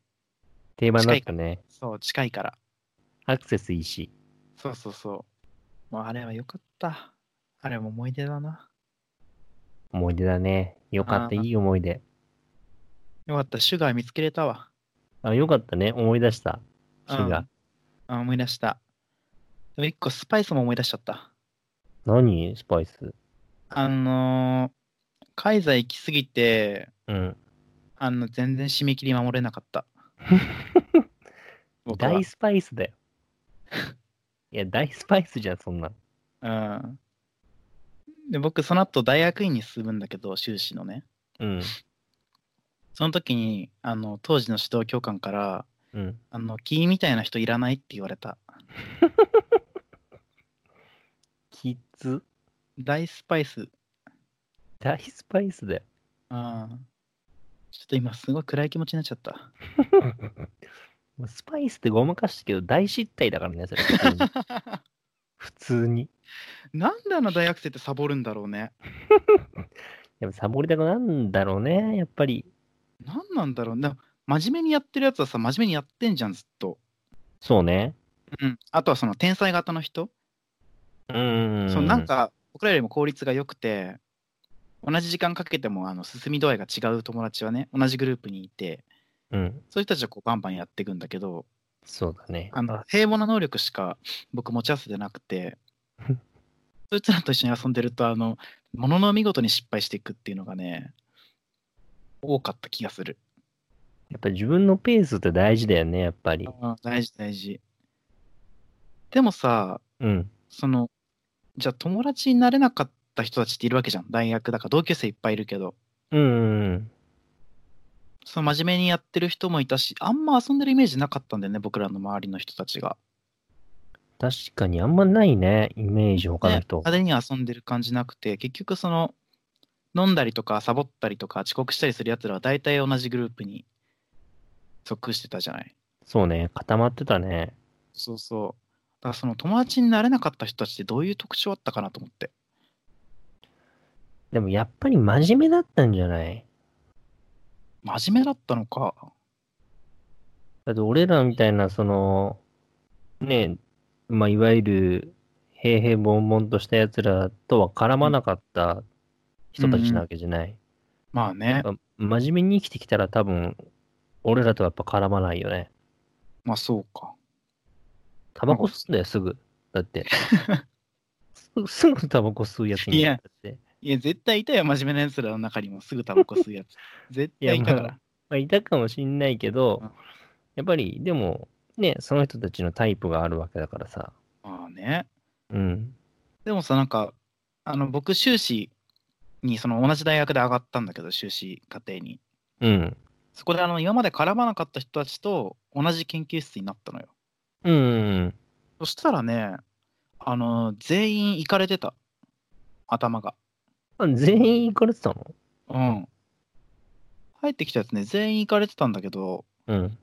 Speaker 1: 定番だったね。
Speaker 2: そう近いから
Speaker 1: アクセスいいし。
Speaker 2: そうそうそうもうあれは良かったあれも思い出だな
Speaker 1: 思い出だね。よかった、
Speaker 2: あー
Speaker 1: いい思い出。
Speaker 2: よかったシュガー見つけれたわ
Speaker 1: あ、よかったね。思い出した。シュガー。
Speaker 2: うんあ思い出したでも一個スパイスも思い出しちゃった
Speaker 1: 何スパイス。
Speaker 2: あのーカイザー行きすぎて
Speaker 1: うん。
Speaker 2: あの、全然締め切り守れなかった。僕は
Speaker 1: 大スパイスだよ。いや、大スパイスじゃん、そんなの。
Speaker 2: うん。で、僕、その後、大学院に進むんだけど、修士のね。
Speaker 1: うん。
Speaker 2: その時に、あの、当時の指導教官から、
Speaker 1: うん。
Speaker 2: あの、キーみたいな人いらないって言われた。
Speaker 1: キッズ。
Speaker 2: 大スパイス。
Speaker 1: 大スパイスだよ。
Speaker 2: うん。ちょっと今、すごい暗い気持ちになっちゃった。
Speaker 1: もうスパイスってごまかしたけど、大失態だからね、それ。普 通に普通に。
Speaker 2: なんであの大学生ってサボるんだろうね。
Speaker 1: やっぱサボりたくなんだろうね、やっぱり。
Speaker 2: なんなんだろうね。真面目にやってるやつはさ、真面目にやってんじゃん、ずっと。
Speaker 1: そうね。
Speaker 2: うん。あとは、その、天才型の人
Speaker 1: うーん。
Speaker 2: そのなん。か僕らよりも効率が良くて同じ時間かけてもあの進み度合いが違う友達はね同じグループにいて
Speaker 1: うん。
Speaker 2: そういう人たちはこうバンバンやっていくんだけど
Speaker 1: そうだね。
Speaker 2: あの平凡な能力しか僕持ち合わせてなくてそいつらと一緒に遊んでるとあのものの見事に失敗していくっていうのがね多かった気がする
Speaker 1: やっぱ自分のペースって大事だよね、やっぱり。
Speaker 2: あー大事大事。でもさ、
Speaker 1: うん。
Speaker 2: その、じゃあ友達になれなかった人たちっているわけじゃん。大学だから同級生いっぱいいるけど、
Speaker 1: うんうん
Speaker 2: その真面目にやってる人もいたし、あんま遊んでるイメージなかったんだよね、僕らの周りの人たちが。
Speaker 1: うん。確かにあんまないね、イメージ、他の
Speaker 2: ね、
Speaker 1: 人。
Speaker 2: 派手に遊んでる感じなくて、結局その、飲んだりとかサボったりとか遅刻したりするやつらは大体同じグループに属してたじゃない。
Speaker 1: そうね、固まってたね。
Speaker 2: そうそう。だからその友達になれなかった人たちってどういう特徴あったかなと思って。
Speaker 1: でもやっぱり真面目だったんじゃない
Speaker 2: 真面目だったのか。
Speaker 1: だって俺らみたいな、その、ね、まあ、いわゆる、平々凡々とした奴らとは絡まなかった人たちなわけじゃない。
Speaker 2: まあね。
Speaker 1: やっぱ真面目に生きてきたら多分、俺らとはやっぱ絡まないよね。
Speaker 2: まあそうか。
Speaker 1: タバコ吸うんだよ、すぐ。だって。すすぐタバコ吸うやつになっちゃって。
Speaker 2: いや、絶対いたよ、真面目なやつらの中にもすぐタバコ吸うやつ。絶対いたから。
Speaker 1: まあ、いたかもしんないけど
Speaker 2: うん、
Speaker 1: やっぱり、でも、ね、その人たちのタイプがあるわけだからさ。
Speaker 2: まあね。
Speaker 1: うん。
Speaker 2: でもさ、なんか、あの、僕、修士に、その同じ大学で上がったんだけど、修士課程に。
Speaker 1: うん。
Speaker 2: そこで、あの、今まで絡まなかった人たちと同じ研究室になったのよ。
Speaker 1: うんうん
Speaker 2: そしたらね、あの、全員行かれてた。頭が。
Speaker 1: うん。あ全員行かれてたの
Speaker 2: うん。入ってきたやつね、全員行かれてたんだけど、
Speaker 1: うん。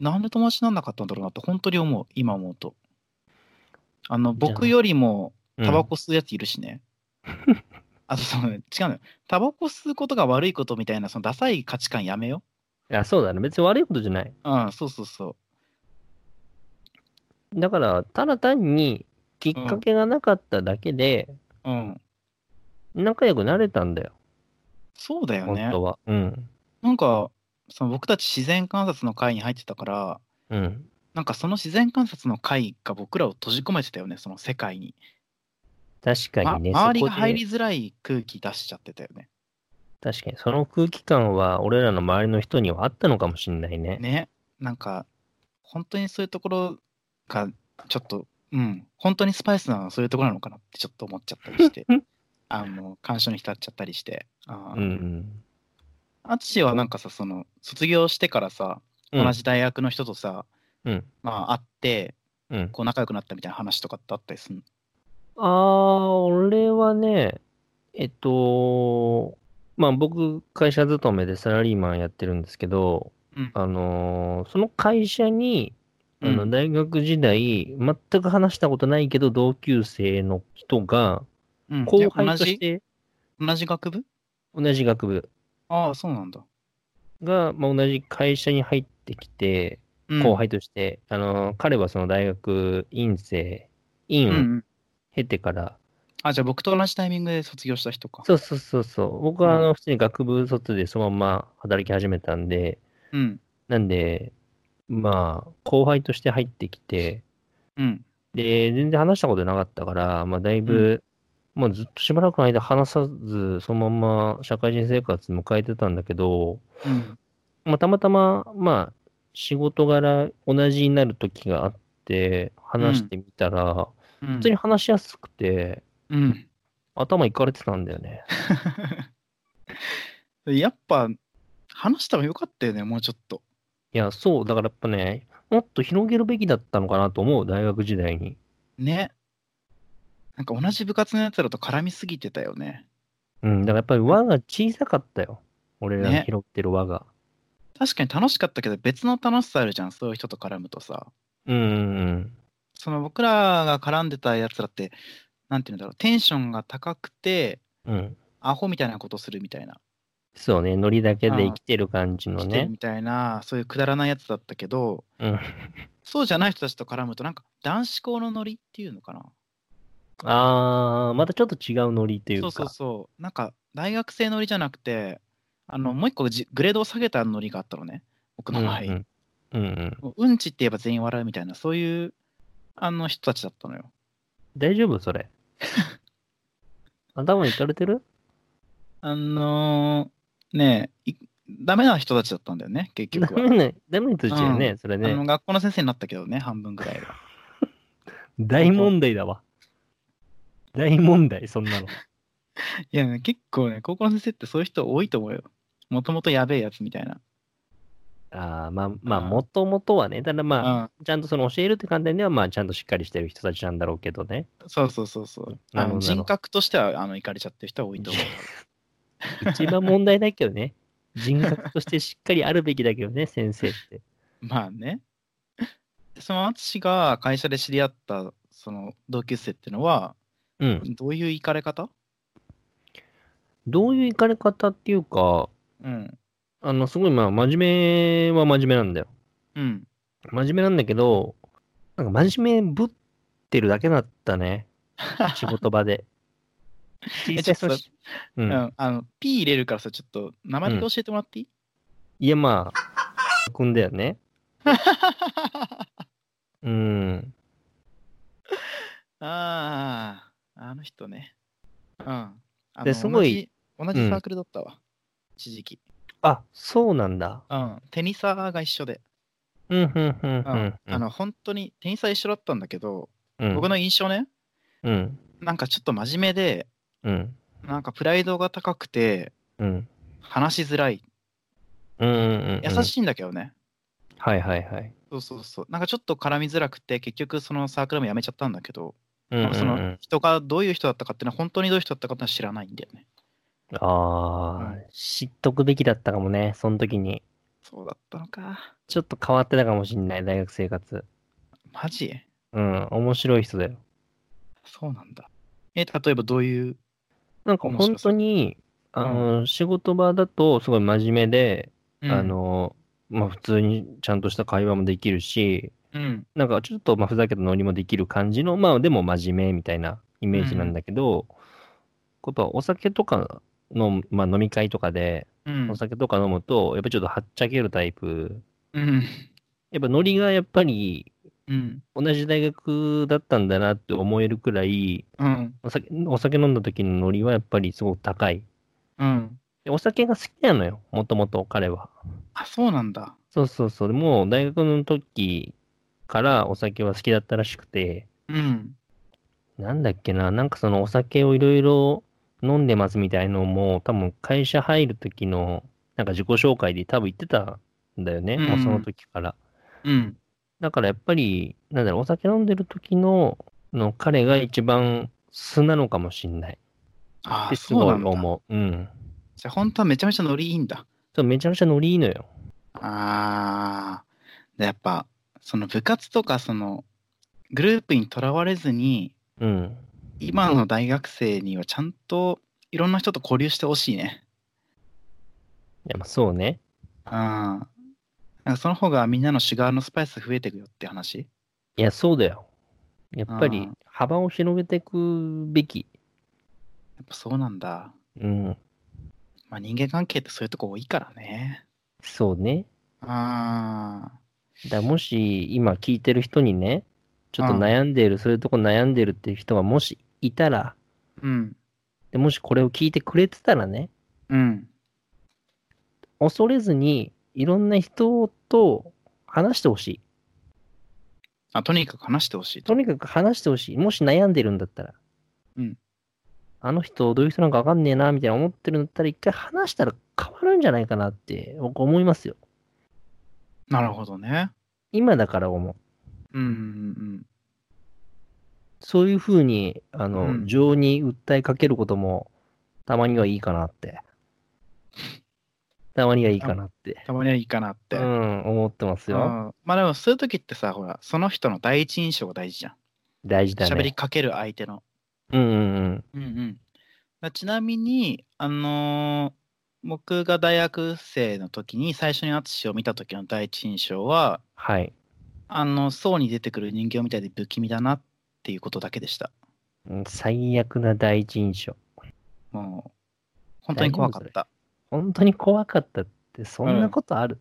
Speaker 2: なんで友達になんなかったんだろうなって、本当に思う、今思うと。あの、
Speaker 1: じゃあ
Speaker 2: 僕よりも、タバコ吸うやついるし ね。あと、その、違うのよ。タバコ吸うことが悪いことみたいな、そのダサい価値観やめよ。
Speaker 1: いや、そうだね。別に悪いことじゃない。
Speaker 2: うん、そうそうそう。
Speaker 1: だから、ただ単に、きっかけがなかっただけで、
Speaker 2: うん。
Speaker 1: 仲良くなれたんだよ、
Speaker 2: そうだよね
Speaker 1: 本。当は。うん。
Speaker 2: なんか、その僕たち自然観察の会に入ってたから、
Speaker 1: うん。
Speaker 2: なんかその自然観察の会が僕らを閉じ込めてたよね、その世界に。
Speaker 1: 確かにね、
Speaker 2: ま周り
Speaker 1: そ
Speaker 2: が
Speaker 1: こで
Speaker 2: 入りづらい空気出しちゃってたよね。
Speaker 1: 確かに、その空気感は、俺らの周りの人にはあったのかもしれないね。
Speaker 2: ね。なんか、本当にそういうところが、ちょっと、うん、本当にスパイスなのはそういうところなのかなってちょっと思っちゃったり して、あの、感傷に浸っちゃったりして。あ
Speaker 1: う
Speaker 2: ー
Speaker 1: ん
Speaker 2: アツシはなんかさ、その、卒業してからさ、
Speaker 1: うん。
Speaker 2: 同じ大学の人とさ、
Speaker 1: うん。
Speaker 2: まあ、会って、
Speaker 1: うん。うん。
Speaker 2: こう、仲良くなったみたいな話とかってあったりする
Speaker 1: あー、俺はね、えっと、まあ僕、会社勤めでサラリーマンやってるんですけど、
Speaker 2: うん
Speaker 1: あのーその会社に、あの
Speaker 2: うん
Speaker 1: 大学時代、全く話したことないけど、同級生の人が、
Speaker 2: うん、
Speaker 1: 後
Speaker 2: いや
Speaker 1: 輩
Speaker 2: 同
Speaker 1: とし
Speaker 2: じ
Speaker 1: て
Speaker 2: 同じ学部
Speaker 1: 同じ学部
Speaker 2: ああ、そうなんだ。
Speaker 1: が、まあ、同じ会社に入ってきて、
Speaker 2: うん
Speaker 1: 後輩として、あのー彼はその大学院生、
Speaker 2: うんう
Speaker 1: 院を
Speaker 2: ん。
Speaker 1: 経てから、
Speaker 2: あ、じゃあ僕と同じタイミングで卒業した人か。
Speaker 1: そうそうそうそう、僕はあの普通に学部卒でそのまま働き始めたんで、
Speaker 2: うん。
Speaker 1: なんで、まあ、後輩として入ってきて、
Speaker 2: うん。
Speaker 1: で、全然話したことなかったから、まあ、だいぶ、まあ、ずっとしばらくの間話さず、そのまま社会人生活迎えてたんだけど、
Speaker 2: うん。
Speaker 1: まあ、たまたま、まあ、仕事柄同じになる時があって、話してみたら、
Speaker 2: うん
Speaker 1: 普通に話しやすくて、
Speaker 2: うん。
Speaker 1: 頭いかれてたんだよね。
Speaker 2: やっぱ、話した方がよかったよね、もうちょっと。
Speaker 1: いや、そう、だからやっぱね、もっと広げるべきだったのかなと思う、大学時代に。
Speaker 2: ね。なんか同じ部活のやつらと絡みすぎてたよね。
Speaker 1: うん、だからやっぱり輪が小さかったよ。俺ら
Speaker 2: ね
Speaker 1: が拾ってる輪が。
Speaker 2: 確かに楽しかったけど、別の楽しさあるじゃん、そういう人と絡むとさ。
Speaker 1: うんうんうん。
Speaker 2: その僕らが絡んでたやつらって、なんていうんだろう、テンションが高くて、
Speaker 1: うん。
Speaker 2: アホみたいなことするみたいな、
Speaker 1: そうね、ノリだけで生きてる感じの
Speaker 2: してる
Speaker 1: ね。
Speaker 2: みたいな、そういうくだらないやつだったけど、
Speaker 1: うん。
Speaker 2: そうじゃない人たちと絡むと、なんか男子校のノリっていうのかな。
Speaker 1: あー、またちょっと違うノリというか。
Speaker 2: そうそうそうなんか大学生乗りじゃなくてあのもう一個じグレードを下げた乗りがあったのね僕の場合、
Speaker 1: うんうん。うんうん
Speaker 2: もううんちって言えば全員笑うみたいなそういうあの人たちだったのよ
Speaker 1: 大丈夫そ れ。頭いかれてる
Speaker 2: あのーねえいダメな人たちだったんだよね、結
Speaker 1: ダ
Speaker 2: 局は。
Speaker 1: メな、ダメな途中よね、
Speaker 2: う
Speaker 1: それ
Speaker 2: あの
Speaker 1: ね。
Speaker 2: 学校の先生になったけどね、半分ぐらいは。
Speaker 1: 大問題だわ。大問題、そん なの。
Speaker 2: いや、ね、結構ね、高校の先生ってそういう人多いと思うよ。もともとやべえやつみたいな。
Speaker 1: ああ、まあ、まあ、
Speaker 2: うん
Speaker 1: もともとはね、ただまあ、
Speaker 2: うん
Speaker 1: ちゃんとその教えるって観点では、まあ、ちゃんとしっかりしてる人たちなんだろうけどね。
Speaker 2: そうそうそうそう。
Speaker 1: なる
Speaker 2: あ
Speaker 1: ほど
Speaker 2: の人格としては、あの、いかれちゃってる人は多いと思う。
Speaker 1: 一番問題だけどね。人格としてしっかりあるべきだけどね、先生って。
Speaker 2: まあね。その淳が会社で知り合ったその同級生ってのは、
Speaker 1: うん。
Speaker 2: どういういかれ方
Speaker 1: どういう行かれ方っていうか、
Speaker 2: うん。
Speaker 1: あの、すごい、まあ、真面目は真面目なんだよ。
Speaker 2: うん。
Speaker 1: 真面目なんだけど、なんか真面目ぶってるだけだったね。仕事場で。実際そのし、う。
Speaker 2: うんん、あの、P 入れるからさ、ちょっと名前だけ教えてもらっていい、
Speaker 1: いや、まあ、くんだよね。うん。
Speaker 2: ああ、あの人ね。うん。あの
Speaker 1: ですごい。
Speaker 2: 同じ同じサークルだったわ。一時期。
Speaker 1: あ、そうなんだ。
Speaker 2: うん。テニサーが一緒で。
Speaker 1: うん、うん、うん、
Speaker 2: う。
Speaker 1: うんん。
Speaker 2: あの、本当にテニサー一緒だったんだけど、
Speaker 1: うん、
Speaker 2: 僕の印象ね、
Speaker 1: うん、
Speaker 2: なんかちょっと真面目で、
Speaker 1: うん、
Speaker 2: なんかプライドが高くて、
Speaker 1: うん。
Speaker 2: 話しづらい。
Speaker 1: うんうん、
Speaker 2: 優
Speaker 1: い。
Speaker 2: しいんだけどね。
Speaker 1: はい、はい、はい。
Speaker 2: そうそうそう。なんかちょっと絡みづらくて、結局そのサークルも辞めちゃったんだけど、
Speaker 1: うん、うん、
Speaker 2: なんかそうの
Speaker 1: ん。
Speaker 2: 人がどういう人だったかっていうのは、本当にどういう人だったかっていうのは知らないんだよね。
Speaker 1: ああ、
Speaker 2: う
Speaker 1: 知っとくべきだったかもね、その時に。
Speaker 2: そうだったのか。
Speaker 1: ちょっと変わってたかもしんない、大学生活。
Speaker 2: マジ
Speaker 1: うん、面白い人だよ。
Speaker 2: そうなんだ。え、例えばどういう。
Speaker 1: なんか本当に、あ
Speaker 2: 白そう
Speaker 1: の、仕事場だとすごい真面目で、
Speaker 2: うん
Speaker 1: あ、の、まあ普通にちゃんとした会話もできるし、
Speaker 2: うん。
Speaker 1: なんかちょっとまあふざけたノリもできる感じの、まあでも真面目みたいなイメージなんだけど、ことはお酒とかの、まあ飲み会とかで、
Speaker 2: うん
Speaker 1: お。酒とか飲むと、やっぱりちょっとはっちゃけるタイプ。
Speaker 2: うん。
Speaker 1: やっぱノリがやっぱり
Speaker 2: うん。
Speaker 1: 同じ大学だったんだなって思えるくらい、
Speaker 2: うん。
Speaker 1: お酒お酒飲んだ時のノリはやっぱりすごく高い。
Speaker 2: うん。
Speaker 1: でお酒が好きなのよ、もともと彼は。
Speaker 2: あ、そうなんだ。
Speaker 1: そうそうそう、もう大学の時からお酒は好きだったらしくて、
Speaker 2: うん。
Speaker 1: なんだっけな、なんかそのお酒をいろいろ飲んでますみたいのも、多分会社入る時の、なんか自己紹介で多分言ってたんだよね、
Speaker 2: うん
Speaker 1: もうその時から。
Speaker 2: うん。
Speaker 1: だからやっぱり、なんだろう、お酒飲んでる時の、の彼が一番素なのかもしんない。っ
Speaker 2: あ
Speaker 1: て
Speaker 2: あ、
Speaker 1: す
Speaker 2: そう
Speaker 1: ごい
Speaker 2: なんだ。
Speaker 1: 思う。うん。
Speaker 2: じゃあ、本当はめちゃめちゃノリいいんだ。
Speaker 1: そうめちゃめちゃノリいいのよ。
Speaker 2: ああ。で、やっぱ、その部活とか、その、グループにとらわれずに、
Speaker 1: うん。
Speaker 2: 今の大学生にはちゃんといろんな人と交流してほしいね。
Speaker 1: いやまあそうね。
Speaker 2: うん。なんかその方がみんなのシュガーのスパイス増えていくよって話。
Speaker 1: いや、そうだよ。やっぱり
Speaker 2: うん
Speaker 1: 幅を広げていくべき。
Speaker 2: やっぱそうなんだ。
Speaker 1: うん。
Speaker 2: まあ、人間関係ってそういうとこ多いからね。
Speaker 1: そうね。
Speaker 2: ああ。
Speaker 1: だもし今聞いてる人にね、ちょっと
Speaker 2: うん
Speaker 1: 悩んでいる、そういうとこ悩んでるっていう人がもしいたら、
Speaker 2: うん。
Speaker 1: でもしこれを聞いてくれてたらね、
Speaker 2: うん。
Speaker 1: 恐れずにいろんな人と話してほしい。
Speaker 2: あ、とにかく話してほしい
Speaker 1: と
Speaker 2: と。
Speaker 1: にかく話してほしい。もし悩んでるんだったら。
Speaker 2: うん。
Speaker 1: あの人、どういう人なんかわかんねえな、みたいな思ってるんだったら、一回話したら変わるんじゃないかなって、僕思いますよ。
Speaker 2: なるほどね。
Speaker 1: 今だから思う。
Speaker 2: うんうん
Speaker 1: そういうふうに、あの、
Speaker 2: うん
Speaker 1: 情に訴えかけることも、たまにはいいかなって。たまにはいいかなって
Speaker 2: うん。。たまにはいいかなって。
Speaker 1: う
Speaker 2: うん
Speaker 1: ん、思ってますよ。
Speaker 2: まあでもそういう時ってさ、ほら、その人の第一印象が大事じゃん。
Speaker 1: 大事だ
Speaker 2: 喋、り
Speaker 1: ね。
Speaker 2: かける相手の。
Speaker 1: うんうんうん。
Speaker 2: うんうん。だからちなみに、あのー僕が大学生の時に最初に淳を見た時の第一印象は、
Speaker 1: はい。
Speaker 2: あの、層に出てくる人形みたいで不気味だなっていうことだけでした。
Speaker 1: うん最悪な第一印象。
Speaker 2: もう、本当に怖か
Speaker 1: 大
Speaker 2: った。
Speaker 1: 本当に怖かったって、そんなことある、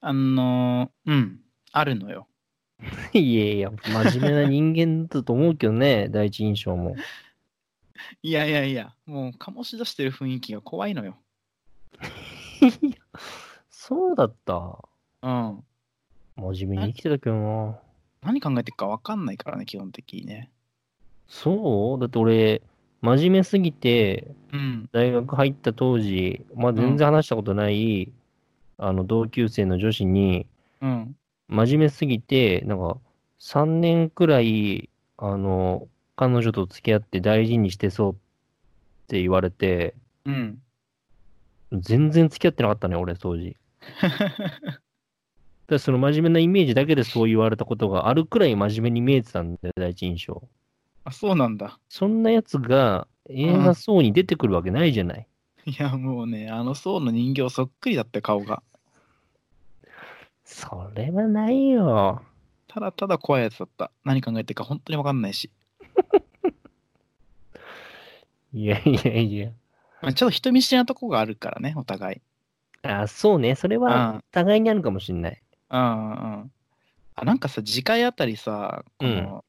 Speaker 2: あのーうん、あるのよ。
Speaker 1: いやいや、真面目な人間だと思うけどね、第一印象も。
Speaker 2: いやいやいや、もう醸し出してる雰囲気が怖いのよ。
Speaker 1: そうだった。
Speaker 2: うん。
Speaker 1: 真面目に生きてたけどな。
Speaker 2: 何考えてるか分かんないからね、基本的にね。
Speaker 1: そうだって俺、真面目すぎて、
Speaker 2: うん。
Speaker 1: 大学入った当時、まあ、全然話したことない、あの同級生の女子に、
Speaker 2: うん。
Speaker 1: 真面目すぎて、なんか、3年くらい、あの、彼女と付き合って大事にしてそうって言われて、
Speaker 2: うん。
Speaker 1: 全然付き合ってなかったね、俺、当時。だからその真面目なイメージだけでそう言われたことがあるくらい真面目に見えてたんだよ、第一印象。
Speaker 2: あ、そうなんだ。
Speaker 1: そんなやつが映画そうに出てくるわけないじゃない。
Speaker 2: いや、もうね、あの層の人形そっくりだったよ顔が。
Speaker 1: それはないよ。
Speaker 2: ただただ怖いやつだった。何考えてるか本当に分かんないし。
Speaker 1: いやいやいや。
Speaker 2: まあちょっと人見知りなとこがあるからね、お互い。
Speaker 1: あ、そうね。それ
Speaker 2: う
Speaker 1: は
Speaker 2: ん
Speaker 1: 互いにあるかもしんない。
Speaker 2: うんうんうん。あ、なんかさ、次回あたりさ、この、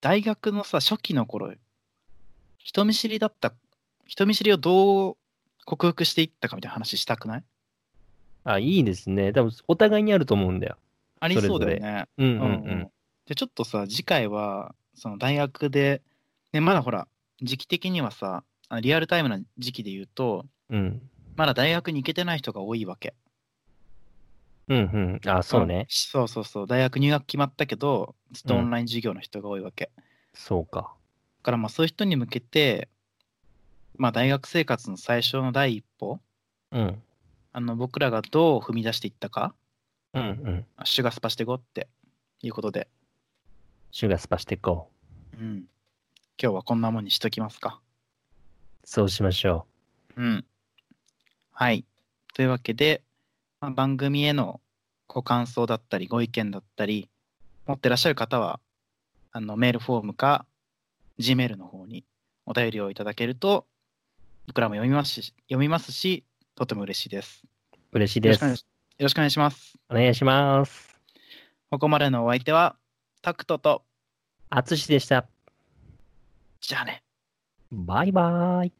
Speaker 2: 大学のさ、初期の頃、人見知りだった、人見知りをどう克服していったかみたいな話したくない
Speaker 1: あ、いいですね。多分お互いにあると思うんだよ。
Speaker 2: ありそうだよね。
Speaker 1: うんうん
Speaker 2: う
Speaker 1: うん
Speaker 2: うんん。で、ちょっとさ、次回は、その大学で、ね、まだほら、時期的にはさ、あのリアルタイムな時期で言うと、
Speaker 1: うん。
Speaker 2: まだ大学に行けてない人が多いわけ。
Speaker 1: うんうん。あ、そう
Speaker 2: うん
Speaker 1: ね。
Speaker 2: そうそうそう。大学入学決まったけど、ずっとオンライン授業の人が多いわけ。
Speaker 1: そうか。
Speaker 2: だからまあそういう人に向けて、まあ大学生活の最初の第一歩、
Speaker 1: うん。
Speaker 2: あの僕らがどう踏み出していったか、
Speaker 1: うんうん。
Speaker 2: シュガスパしていこうっていうことで、
Speaker 1: シュガースパしていこう。
Speaker 2: うん。今日はこんなもんにしときますか。
Speaker 1: そうしましょ
Speaker 2: うん。はい。というわけで、まあ、番組へのご感想だったり、ご意見だったり、持ってらっしゃる方は、あのメールフォームか、Gmail の方にお便りをいただけると、僕らも読みますし、読みますしとても嬉しいです。
Speaker 1: う。嬉しい
Speaker 2: よろ
Speaker 1: で
Speaker 2: しくお願い
Speaker 1: す
Speaker 2: し。よろしくお願いします。
Speaker 1: お願いします。
Speaker 2: ここまでのお相手は、タクトと、
Speaker 1: あつしでした。
Speaker 2: じゃあね。
Speaker 1: バイバーイ。